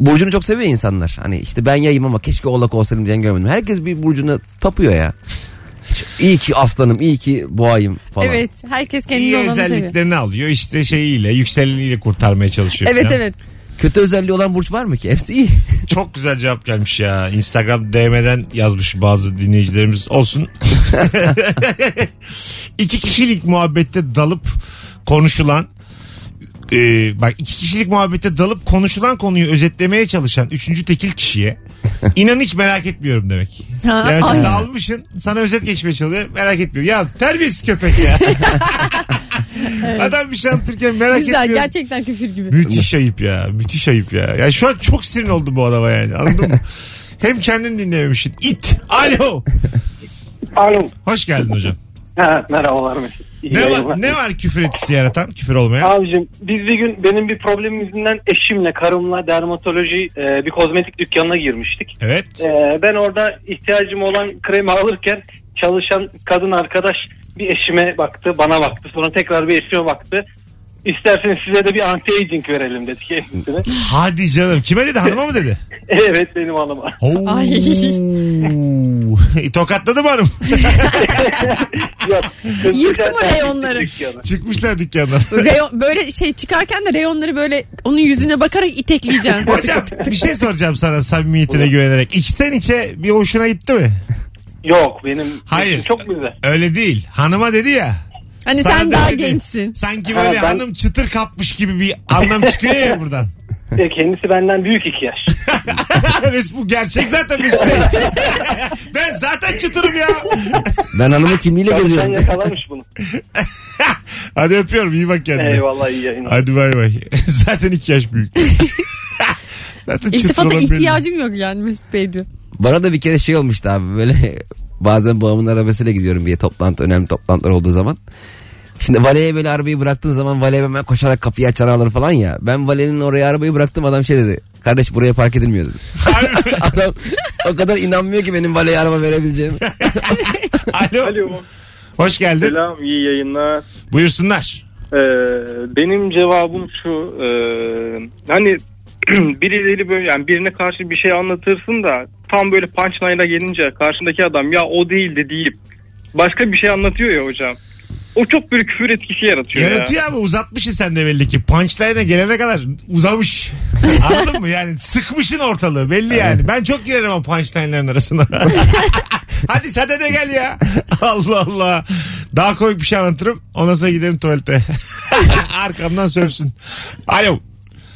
burcunu çok seviyor insanlar. Hani işte ben yayım ama keşke oğlak olsaydım diyen görmedim. Herkes bir burcuna tapıyor ya. Hiç, iyi ki aslanım, iyi ki boğayım falan.
evet herkes kendini
İyi
olanı seviyor.
özelliklerini alıyor. İşte şeyiyle, yükseleniyle kurtarmaya çalışıyor.
Evet
falan.
evet.
Kötü özelliği olan burç var mı ki? Hepsi iyi.
Çok güzel cevap gelmiş ya. Instagram DM'den yazmış bazı dinleyicilerimiz. Olsun. iki kişilik muhabbette dalıp konuşulan e, bak iki kişilik muhabbette dalıp konuşulan konuyu özetlemeye çalışan üçüncü tekil kişiye inan hiç merak etmiyorum demek.
Ha,
Yani sen
ay.
dalmışsın sana özet geçmeye çalışıyor merak etmiyor. Ya terbiyesiz köpek ya. Adam bir şey anlatırken merak
Güzel
etmiyor.
gerçekten küfür gibi.
Müthiş ayıp ya. Müthiş ayıp ya. Ya şu an çok sinir oldum bu adama yani. Anladın mı? Hem kendin dinlememişsin. İt. Alo.
Alo.
Hoş geldin hocam.
Ha, merhabalar Mesut. İyi
Ne var,
yayınlar.
ne var küfür etkisi yaratan? Küfür olmayan.
Abicim biz bir gün benim bir problemim yüzünden eşimle karımla dermatoloji e, bir kozmetik dükkanına girmiştik.
Evet.
E, ben orada ihtiyacım olan kremi alırken çalışan kadın arkadaş bir eşime baktı bana baktı sonra tekrar bir eşime baktı. İsterseniz size de bir anti-aging verelim dedi kendisine.
Hadi canım. Kime dedi? Hanıma mı dedi?
evet benim hanıma.
Oo. Tokatladı mı hanım?
Yok.
Yıktı mı reyonları?
Dükkanı.
Çıkmışlar dükkandan.
Reyon, böyle şey çıkarken de reyonları böyle onun yüzüne bakarak itekleyeceksin.
Hocam bir şey soracağım sana samimiyetine güvenerek. İçten içe bir hoşuna gitti mi?
Yok benim
Hayır.
çok güzel.
Öyle değil. Hanıma dedi ya.
Hani
Sana
sen daha
dedi.
gençsin.
Sanki böyle
Ha, ben-
hanım çıtır kapmış gibi bir anlam çıkıyor ya buradan.
E, kendisi benden büyük iki yaş.
Mesut bu gerçek zaten Mesut Bey. ben zaten çıtırım ya.
Ben hanımı kimliğiyle
Sen
geziyorum.
yakalamış bunu.
Hadi öpüyorum iyi bak kendine.
Eyvallah iyi yayınlar.
Hadi bay bay. zaten iki yaş büyük. zaten çıtır
İltifata
olan benim.
ihtiyacım yok yani Mesut Bey diyor.
Bana da bir kere şey olmuştu abi böyle bazen babamın arabasıyla gidiyorum bir toplantı önemli toplantılar olduğu zaman. Şimdi valeye böyle arabayı bıraktığın zaman valeye hemen koşarak kapıyı açar alır falan ya. Ben valenin oraya arabayı bıraktım adam şey dedi. Kardeş buraya park edilmiyor dedi.
Abi,
Adam o kadar inanmıyor ki benim valeye araba verebileceğim.
Alo. Hoş geldin.
Selam iyi yayınlar.
Buyursunlar.
Ee, benim cevabım şu. ee, hani birileri böyle yani birine karşı bir şey anlatırsın da tam böyle punchline'a gelince karşındaki adam ya o değildi deyip başka bir şey anlatıyor ya hocam. O çok böyle küfür etkisi yaratıyor, ya.
Yaratıyor ama uzatmışsın sen de belli ki. Punchline'a gelene kadar uzamış. Anladın mı? Yani sıkmışın ortalığı belli yani. Ben çok girerim o punchline'ların arasına. Hadi sade de gel ya. Allah Allah. Daha komik bir şey anlatırım. Ondan sonra gidelim tuvalete. Arkamdan sövsün. Alo.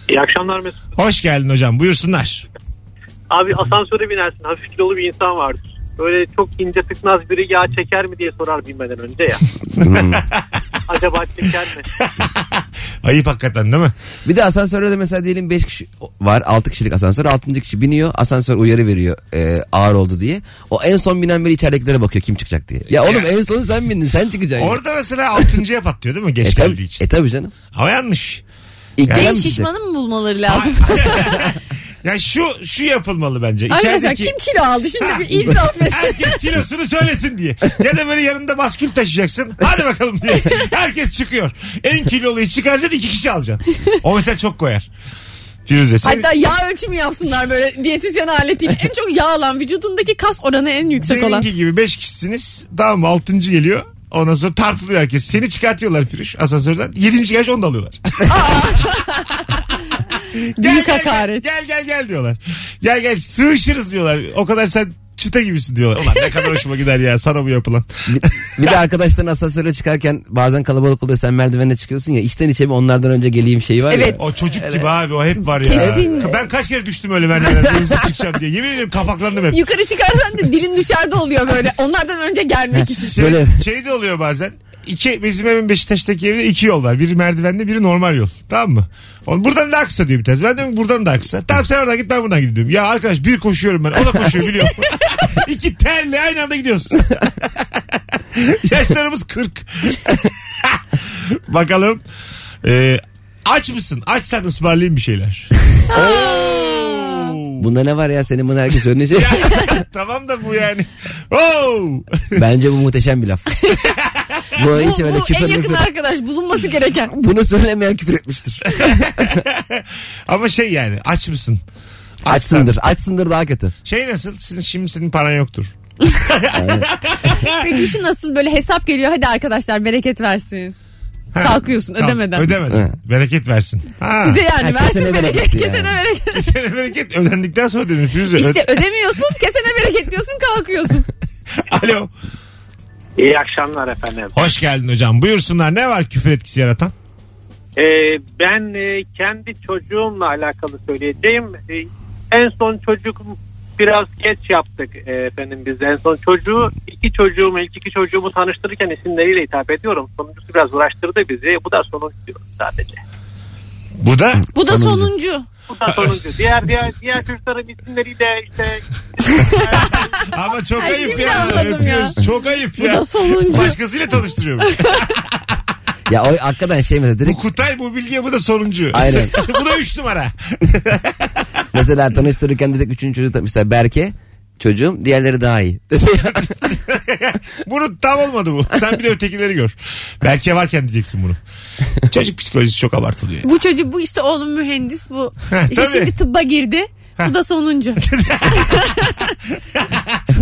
İyi akşamlar Mesut.
Hoş geldin hocam. Buyursunlar.
Abi asansöre binersin. Hafif kilolu bir insan vardır. Böyle çok ince tıknaz biri yağ çeker mi diye sorar binmeden önce ya.
Hmm.
Acaba çeker mi?
Ayıp hakikaten değil mi?
Bir de asansörde de mesela diyelim 5 kişi var 6 kişilik asansör 6. kişi biniyor asansör uyarı veriyor e, ağır oldu diye. O en son binen biri içeridekilere bakıyor kim çıkacak diye. Ya oğlum en son sen bindin sen çıkacaksın.
Orada mesela altıncıya patlıyor değil mi?
e,
Geç geldiği
tabi,
için.
e tabi canım.
Ama yanlış.
İlk
Yani-
gelen
Değil
bizi.
şişmanı mı bulmaları lazım?
Ya şu şu yapılmalı bence.
Arkadaşlar
İçerideki
kim kilo aldı şimdi bir itiraf etsin.
herkes kilosunu söylesin diye. Ya da böyle yanında maskül taşıyacaksın. Hadi bakalım diye. Herkes çıkıyor. En kiloluyu çıkaracaksın iki kişi alacaksın. O mesela çok koyar. Firuze sen
Hatta yağ ölçümü yapsınlar böyle diyetisyen aletiyle. En çok yağ alan vücudundaki kas oranı en yüksek
Seninki
olan.
gibi 5 kişisiniz. Tamam mı? 6. geliyor. Ondan sonra tartılıyor herkes. Seni çıkartıyorlar Firuş asansörden. 7. gelmiş onu da alıyorlar.
Büyük hakaret.
Gel, gel gel diyorlar. Gel gel sığışırız diyorlar. O kadar sen çıta gibisin diyorlar. Ulan ne kadar hoşuma gider ya sana bu yapılan.
Bir, bir de arkadaşların asansöre çıkarken bazen kalabalık oluyor sen merdivenle çıkıyorsun ya içten içe bir onlardan önce geleyim şeyi var
Evet.
ya.
O çocuk gibi abi o hep var ya.
Kesin.
Ben kaç kere düştüm öyle merdivenlerden hızlı çıkacağım diye. Yemin ediyorum kapaklandım hep.
Yukarı çıkarsan da dilin dışarıda oluyor böyle. Onlardan önce gelmek için.
Şey,
Böyle-
şey de oluyor bazen. İki, bizim evin Beşiktaş'taki evde iki yol var. Biri merdivenli biri normal yol. Tamam mı? On, buradan daha kısa diyor bir tanesi. Ben diyorum ki buradan daha kısa. Tamam sen oradan git ben buradan gidiyorum. Ya arkadaş bir koşuyorum ben. O da koşuyor biliyorum. iki terli aynı anda gidiyoruz. Yaşlarımız 40. Bakalım. Ee, aç mısın? Açsan ısmarlayayım bir şeyler. Oo.
Bunda ne var ya senin bunu herkes şey- önleyecek.
tamam da bu yani. Oo.
Bence bu muhteşem bir laf. bu
Bu,
hiç öyle
bu en
küfür
yakın
müfür.
arkadaş bulunması gereken.
Bunu söylemeyen küfür etmiştir.
Ama şey yani aç mısın? Açsan.
Açsındır. Açsındır daha kötü.
Şey nasıl? Sizin, şimdi senin paran yoktur.
Peki şu nasıl böyle hesap geliyor hadi arkadaşlar bereket versin.
Ha,
Kalkıyorsun, ödemeden.
Ödemeden. Bereket versin. Ha.
Size yani
Ha,
versin
kesene
bereket
bereket
kesene
yani.
bereket.
Kesene bereket ödendikten sonra dedin Firuze. Ö-
İşte ödemiyorsun kesene bereket diyorsun kalkıyorsun.
Alo.
İyi akşamlar efendim.
Hoş geldin hocam. Buyursunlar ne var küfür etkisi yaratan?
Ee, ben e, kendi çocuğumla alakalı söyleyeceğim. Ee, en son çocuk biraz geç yaptık e, efendim biz. En son çocuğu iki çocuğumu ilk iki çocuğumu tanıştırırken isimleriyle hitap ediyorum. Sonuncusu biraz uğraştırdı bizi. Bu da sonuncu diyorum sadece.
Bu da
Bu da
Sonuncu.
sonuncu.
Bu da sonuncu. diğer diğer diğer çocukların isimleriyle işte
ama çok
Ay,
ayıp
şimdi
ya.
anladım
Öpüyoruz. Çok ayıp
Bu
ya.
da sonuncu.
Başkasıyla tanıştırıyorum.
Ya o hakikaten şey mesela
bu
direkt
Kutay bu bilgiye bu da sonuncu.
Aynen.
bu da üç numara.
mesela tanıştırırken direkt üçüncü çocuk da- mesela Berke çocuğum diğerleri daha iyi. Dese ya,
Bunu tam olmadı bu. Sen bir de ötekileri gör. Belki varken diyeceksin bunu. Çocuk psikolojisi çok abartılıyor.
Bu çocuk bu işte oğlum mühendis bu.
Heh,
işte
tabii.
şimdi tıbba girdi. Bu da sonuncu.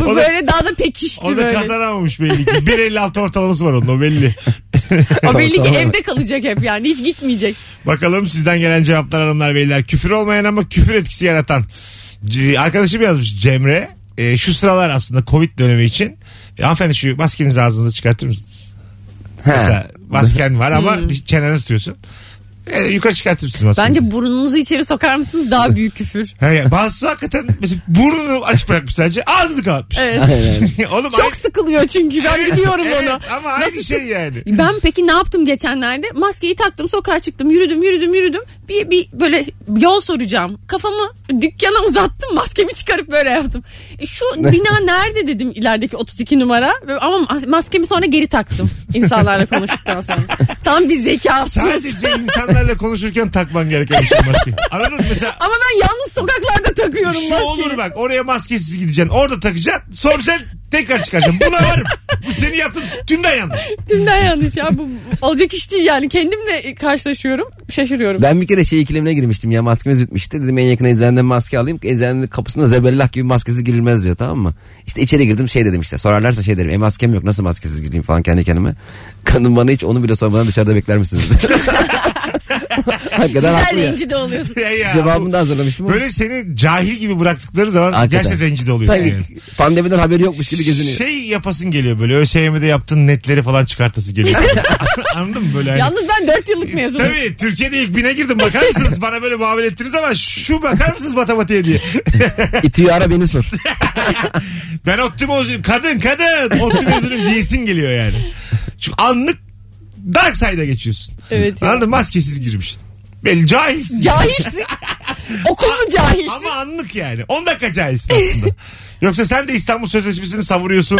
bu
O da-
böyle daha da pekişti
O da
böyle.
kazanamamış belli ki. 1.56 ortalaması var onun o belli.
O belli ki
Tamam.
evde kalacak hep yani hiç gitmeyecek.
Bakalım sizden gelen cevaplar hanımlar beyler. Küfür olmayan ama küfür etkisi yaratan. C- Arkadaşım yazmış Cemre. E, şu sıralar aslında Covid dönemi için. E, hanımefendi şu maskenizi ağzınıza çıkartır mısınız? Mesela masken var ama çeneni tutuyorsun. E, yukarı çıkartır mısınız maskenizi?
Hmm. Bence burnunuzu içeri sokar mısınız daha büyük küfür.
He, ya, bazısı hakikaten mesela burnunu açık bırakmış sadece ağzını kapatmış.
Evet.
Aynen.
Oğlum,
Çok
aynı-
sıkılıyor çünkü ben biliyorum
Evet,
onu.
Ama aynı
Nasıl-
şey yani.
Ben peki ne yaptım geçenlerde? Maskeyi taktım sokağa çıktım yürüdüm yürüdüm yürüdüm. Bir, bir böyle yol soracağım. Kafamı dükkana uzattım maskemi çıkarıp böyle yaptım. E şu bina nerede dedim ilerideki 32 numara. Ve- Ama mas- maskemi sonra geri taktım insanlarla konuştuktan sonra. Tam bir zekasız.
Sadece insanlarla konuşurken takman gereken bir şey maskeyi. Anladın mı? Mesela
Ama ben yalnız sokaklarda takıyorum
şey
Şu
maskeyi.
olur bak oraya maskesiz gideceksin orada takacaksın soracaksın tekrar çıkaracaksın buna varım bu seni yaptın tümden yanlış
Tümden yanlış ya bu olacak iş değil yani kendimle karşılaşıyorum şaşırıyorum.
Ben bir kere şey ikilemine girmiştim ya maskemiz bitmişti. Dedim en yakın eczaneden maske alayım. Eczanenin kapısına zebellah gibi maskesiz girilmez diyor tamam mı? İşte içeri girdim şey dedim işte sorarlarsa şey derim. E maskem yok nasıl maskesiz gireyim falan kendi kendime. Kadın bana hiç onu bile sormadan dışarıda bekler misiniz? dedi. Hakikaten
Güzel
haklı ya.
rencide oluyorsun.
Ya, ya,
Cevabını
bu-
da hazırlamıştım ama.
Böyle seni cahil gibi bıraktıkları zaman
Hakikaten.
gerçekten rencide oluyorsun.
Sanki
yani.
pandemiden haberi yokmuş gibi geziniyor.
Şey yapasın geliyor böyle ÖSYM'de yaptığın netleri falan çıkartası geliyor. Anladın mı böyle? hani?
Yalnız ben 4 yıllık mezunum.
Tabii Türkiye'de ilk bine girdim bakar mısınız? Bana böyle muamele ettiniz ama şu bakar mısınız matematiğe diye.
İtiyi ara beni sor.
Ben otlu mezunum. Kadın kadın. Otlu mezunum diyesin geliyor yani. Şu anlık dark side'a geçiyorsun.
Evet. ya.
Anladın mı? Maskesiz girmiştin. Belli cahilsin.
Cahilsin. Okul mu cahilsin?
Ama anlık yani. 10 dakika cahilsin aslında. Yoksa sen de İstanbul Sözleşmesi'ni savuruyorsun.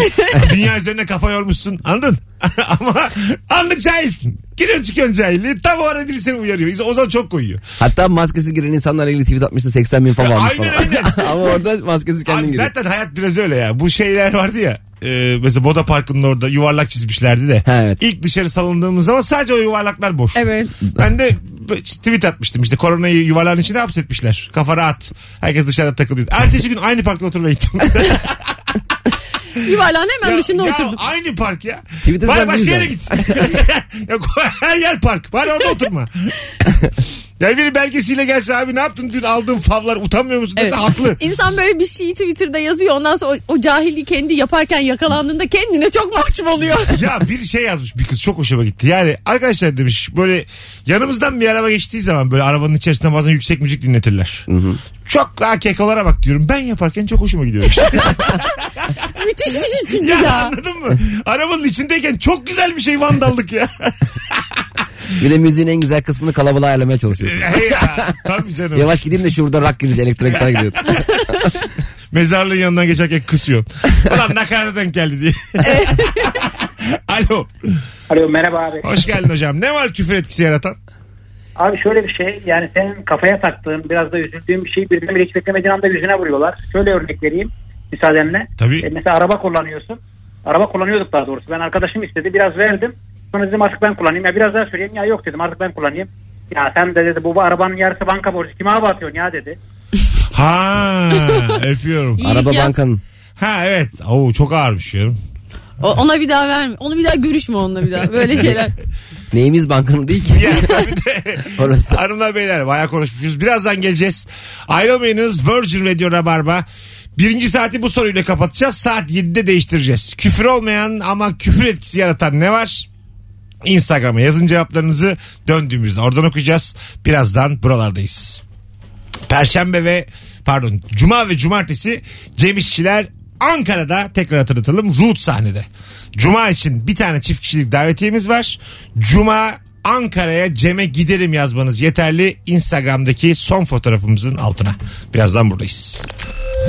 dünya üzerine kafa yormuşsun. Anladın? Ama anlık cahilsin. Giriyorsun çıkıyorsun cahilliği. Tam o ara biri seni uyarıyor. O zaman çok koyuyor.
Hatta maskesiz giren insanlarla ilgili tweet atmışsın 80 bin falan almış
Aynen,
falan.
aynen.
Ama orada maskesiz kendin
Abi
giriyor.
zaten hayat biraz öyle ya. Bu şeyler vardı ya. E, mesela Moda Parkı'nın orada yuvarlak çizmişlerdi de.
Ha, evet.
İlk dışarı salındığımız zaman sadece o yuvarlaklar boş.
Evet.
Ben de tweet atmıştım işte koronayı yuvarlağın içine hapsetmişler. Kafa rahat. Herkes dışarıda takılıyor. Ertesi gün aynı parkta oturmaya gittim.
Yuvarlan hemen dışında
ya
oturdum.
aynı park ya.
Twitter'dan
Bari başka
değil
yere
de.
git. Ya Her yer park. Bari orada oturma. ya biri belgesiyle gelse abi ne yaptın dün aldığın favlar utanmıyor musun?
Evet.
Dese haklı.
İnsan böyle bir şeyi Twitter'da yazıyor. Ondan sonra o, o cahilliği kendi yaparken yakalandığında kendine çok mahcup oluyor.
ya bir şey yazmış bir kız çok hoşuma gitti. Yani arkadaşlar demiş böyle yanımızdan bir araba geçtiği zaman böyle arabanın içerisinde bazen yüksek müzik dinletirler. Çok ha kekolara bak diyorum. Ben yaparken çok hoşuma gidiyor.
Müthiş bir şey çünkü
ya,
ya.
anladın mı? Arabanın içindeyken çok güzel bir şey vandallık ya.
Bir de müziğin en güzel kısmını kalabalığa ayarlamaya çalışıyorsun.
Hey ya. Tabii canım.
Yavaş gideyim de şurada rock girince elektrik gitar giriyor.
Mezarlığın yanından geçerken kısıyor. Ulan ne kadar denk geldi diye. Alo.
Alo merhaba abi.
Hoş geldin hocam. Ne var küfür etkisi yaratan?
Abi şöyle bir şey yani senin kafaya taktığın biraz da üzüldüğün bir şeyi birinden bile hiç beklemediğin anda yüzüne vuruyorlar. Şöyle örnek vereyim müsaadenle.
Tabii.
E, mesela araba kullanıyorsun. Araba kullanıyorduk daha doğrusu. Ben arkadaşım istedi biraz verdim. Sonra dedim artık ben kullanayım. Ya biraz daha süreyim. Ya yok dedim artık ben kullanayım. Ya sen de dedi bu arabanın yarısı banka borcu. Kime hava atıyorsun ya dedi.
Ha öpüyorum.
İyilik
Araba
yap.
bankanın.
Ha evet. Oo, çok ağırmış ya.
O- ona bir daha verme. Onu bir daha görüşme onunla bir daha. Böyle şeyler.
Neyimiz bankanın değil ki.
Yani bir de
Orası da.
hanımlar beyler bayağı konuşmuşuz. Birazdan geleceğiz. Ayrılmayınız Virgin Radio Rabarba. Birinci saati bu soruyla kapatacağız. Saat 7'de değiştireceğiz. Küfür olmayan ama küfür etkisi yaratan ne var? Instagram'a yazın cevaplarınızı döndüğümüzde oradan okuyacağız. Birazdan buralardayız. Perşembe ve pardon Cuma ve Cumartesi Cem İşçiler Ankara'da tekrar hatırlatalım Root sahnede. Cuma için bir tane çift kişilik davetiyemiz var. Cuma Ankara'ya Cem'e gidelim yazmanız yeterli. Instagram'daki son fotoğrafımızın altına. Birazdan buradayız.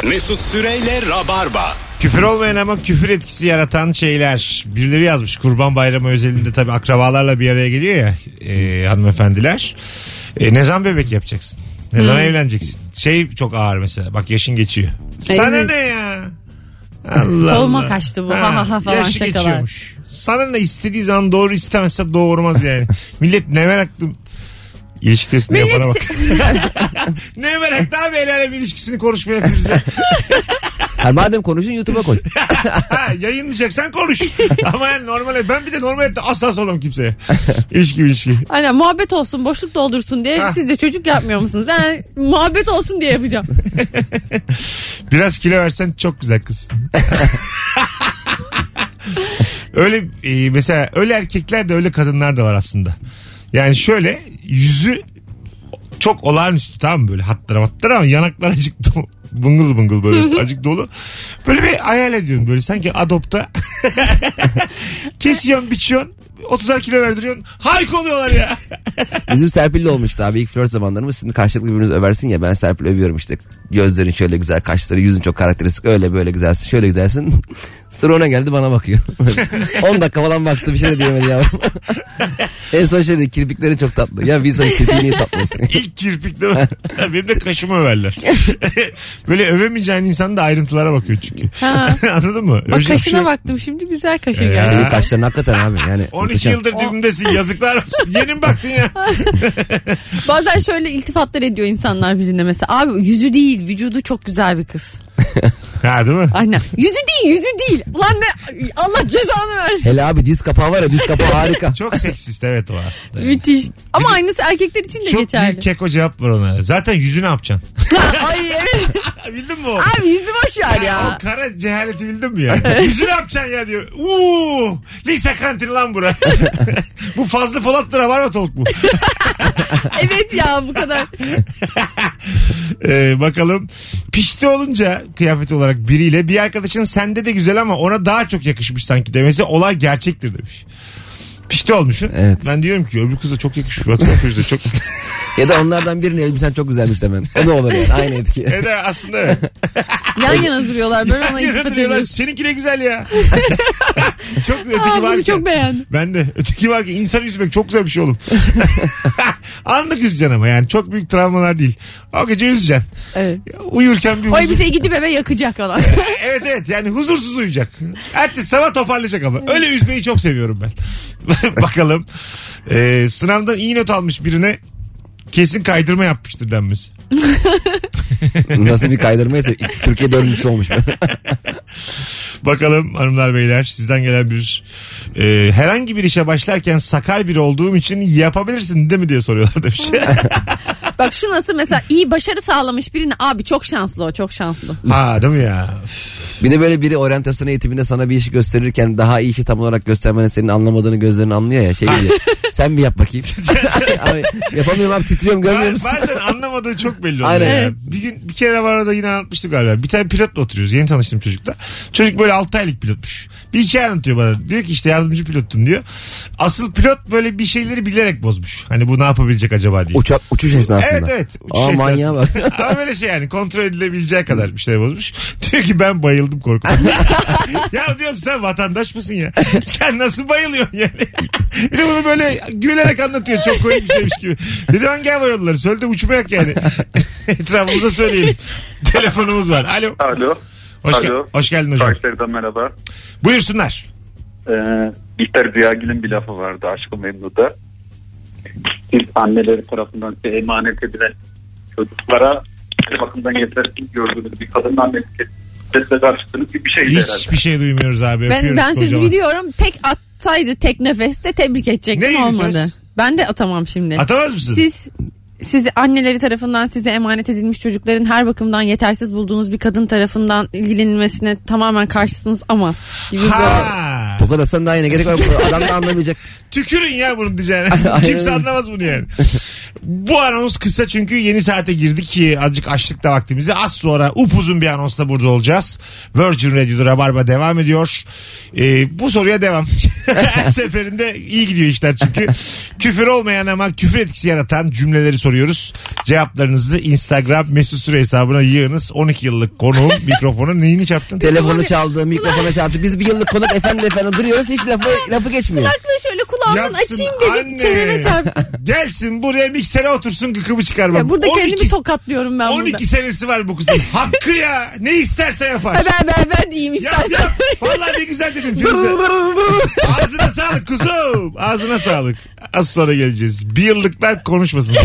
Mesut Süreyle Rabarba.
Küfür olmayan ama küfür etkisi yaratan şeyler. Birileri yazmış Kurban Bayramı özelinde tabii akrabalarla bir araya geliyor ya e, hanımefendiler. E, ne zaman bebek yapacaksın? Ne
Hmm.
zaman evleneceksin? Şey çok ağır mesela. Bak yaşın geçiyor. Sana
Evet.
ne ya? Allah
Tolma
Allah.
kaçtı bu. Ha, ha, ha falan
yaşı
şakalar.
geçiyormuş. Sana ne istediği zaman doğru istemezse doğurmaz yani. Millet ne meraklı İlişki testini
Millet
yapana bak.
se-
ne meraklı abi el alem ilişkisini konuşmaya Firuze.
Ha, madem konuşun YouTube'a koy.
ha, yayınlayacaksan konuş. Ama yani normal et. Ben bir de normal et de asla sormam kimseye. İlişki ilişki.
Aynen muhabbet olsun boşluk doldursun diye
Ha.
siz de çocuk yapmıyor musunuz? Yani, muhabbet olsun diye yapacağım.
Biraz kilo versen çok güzel kızsın. öyle e, mesela öyle erkekler de öyle kadınlar da var aslında. Yani şöyle yüzü çok olağanüstü tamam mı böyle hatlara hatlara ama yanaklar acık dolu. Bıngıl bıngıl böyle acık dolu. Böyle bir hayal ediyorsun böyle sanki adopta. Kesiyorsun biçiyorsun. 30'ar kilo verdiriyorsun. Harika oluyorlar ya.
Bizim Serpil'le olmuştu abi ilk flört zamanlarımız. Şimdi karşılıklı birbirinizi översin ya ben Serpil'i övüyorum işte. Gözlerin şöyle güzel, kaşları, yüzün çok karakteristik. Öyle böyle güzelsin, şöyle güzelsin. Sıra ona geldi bana bakıyor. 10 dakika falan baktı bir şey de diyemedi yavrum. en son şey dedi kirpikleri çok tatlı. Ya bir insanın kirpiği niye tatlı olsun?
İlk kirpik değil mi? Benim de kaşımı överler. Böyle övemeyeceğin insan da ayrıntılara bakıyor çünkü.
Ha.
Anladın mı?
Bak
Övecek bir şey
kaşına
yok.
baktım şimdi güzel kaşın
Ya.
geldi.
Senin kaşların hakikaten abi yani
12
muhteşem.
yıldır dibimdesin yazıklar olsun. Yeni mi baktın ya?
Bazen şöyle iltifatlar ediyor insanlar birine mesela. Abi yüzü değil vücudu çok güzel bir kız.
Ha değil mi?
Aynen. Yüzü değil yüzü değil. Ulan ne Allah cezanı versin.
Hele abi diz kapağı var ya diz kapağı harika.
Çok seksist evet o aslında. yani.
Müthiş. Ama aynısı erkekler için de
Çok
geçerli.
büyük keko cevap var ona. Zaten yüzü ne yapacaksın?
Ay evet.
bildin mi o?
Abi yüzü boş ver
Ha,
ya.
O kara cehaleti bildin mi ya? Yüzü ne yapacaksın ya diyor. Uuu lise kantini lan bura. bu Fazlı Polat'tır var mı tolk mu?
Evet ya bu kadar.
Ee, bakalım pişti olunca kıyafet olarak biriyle bir arkadaşın sende de güzel ama ona daha çok yakışmış sanki demesi olay gerçektir demiş. Pişti olmuşsun.
Evet.
Ben diyorum ki öbür kıza çok yakışmış. Baksana Firuze çok.
ya da onlardan birinin elbisen çok güzelmiş demen. O da olur yani. Aynı etki.
E de aslında evet.
Yan yana duruyorlar böyle ona
Yine
iltifat
duruyorlar,
ediyoruz.
Seninki ne güzel ya. çok öteki
Aa,
var
bunu
ki.
çok beğendim.
Ben de. Öteki var ki insan üzmek çok güzel bir şey oğlum. Anlık üzeceksin ama yani çok büyük travmalar değil. O gece üzeceksin.
Evet.
Uyurken bir
Oy
huzur-
bize gidip eve yakacak falan.
Evet evet yani huzursuz uyuyacak. Ertesi sabah toparlayacak ama. Öyle üzmeyi çok seviyorum ben. Bakalım. Ee, sınavdan iyi not almış birine kesin kaydırma yapmıştır denmesi.
Nasıl bir kaydırmaysa ilk Türkiye dördüncüsü olmuş.
Bakalım hanımlar beyler sizden gelen bir e, herhangi bir işe başlarken sakar biri olduğum için yapabilirsin değil mi diye soruyorlar demiş.
Bak şu nasıl mesela iyi başarı sağlamış birine abi çok şanslı o çok şanslı.
ha değil mi ya?
bir de böyle biri oryantasyon eğitiminde sana bir işi gösterirken daha iyi işi tam olarak göstermenin senin anlamadığını gözlerin anlıyor ya. Şey diyor. Sen bir yap bakayım. abi, yapamıyorum abi titriyorum görmüyor musun?
Bazen anlamadığı çok belli oluyor.
Aynen.
ya. Bir gün bir kere arada yine anlatmıştık galiba. Bir tane pilotla oturuyoruz. Yeni tanıştım çocukla. Çocuk böyle 6 aylık pilotmuş. Bir hikaye anlatıyor bana. Diyor ki işte yardımcı pilottum diyor. Asıl pilot böyle bir şeyleri bilerek bozmuş. Hani bu ne yapabilecek acaba diye.
Uçak, uçuş esnasında.
Evet evet. Uçuş
Aa,
esnasında.
manyağa bak.
Ama böyle şey yani kontrol edilebileceği kadar bir şey bozmuş. Diyor ki ben bayıldım korkudan. ya diyorum sen vatandaş mısın ya? Sen nasıl bayılıyorsun yani? bir de bunu böyle gülerek anlatıyor. Çok komik bir şeymiş gibi. Dedim hangi hava yolları? Söyle de uçmayak yani. Etrafımıza söyleyelim. Telefonumuz var. Alo.
Alo.
Hoş,
Alo.
gel- hoş geldin hocam.
Başlardan merhaba.
Buyursunlar.
Ee, Bihter Ziyagil'in bir lafı vardı Aşkı Memnu'da. Siz anneleri tarafından size emanet edilen çocuklara bir bakımdan yetersiz gördüğünüz bir kadının annesi sesle karşıtınız gibi bir şeydi herhalde.
Hiçbir şey duymuyoruz abi.
Ben
Öpüyoruz
ben sözü
kocaman.
biliyorum tek atsaydı tek nefeste tebrik edecektim
Neydi
olmadı.
söz?
Ben de atamam şimdi.
Atamaz mısın?
Siz sizi anneleri tarafından size emanet edilmiş çocukların her bakımdan yetersiz bulduğunuz bir kadın tarafından ilgilenilmesine tamamen karşısınız ama gibi böyle.
Ha.
Tokadatsan daha yine gerek var. Adam da anlamayacak.
Tükürün ya bunun diyeceğine.
Aynen
Kimse
öyle.
anlamaz bunu yani. Bu anons kısa çünkü yeni saate girdik ki azıcık açtık da vaktimizi. Az sonra upuzun bir anonsla burada olacağız. Virgin Radio'da Rabarba devam ediyor. Ee, bu soruya devam. Her seferinde iyi gidiyor işler çünkü. küfür olmayan ama küfür etkisi yaratan cümleleri soruyoruz. Cevaplarınızı Instagram mesut süre hesabına yığınız. 12 yıllık konuğum mikrofonu neyini çarptın?
Telefonu çaldı, mikrofona çarptı. Biz bir yıllık konuk efendi efendi duruyoruz. Hiç lafı, lafı geçmiyor.
Kulakla şöyle kulağımdan
Yapsın
açayım dedim
anne.
çeneme çarptı.
Gelsin buraya miksere otursun gıkımı çıkarmam.
Ya burada
12
kendimi tokatlıyorum ben
12
burada.
senesi var bu kızın. Hakkı ya. Ne isterse yapar.
Ben ben ben diyeyim
Ya
istersen.
yap. Vallahi ne güzel dedin Firuze. Ağzına sağlık kuzum. Ağzına sağlık. Az sonra geleceğiz. Bir yıllıklar konuşmasın.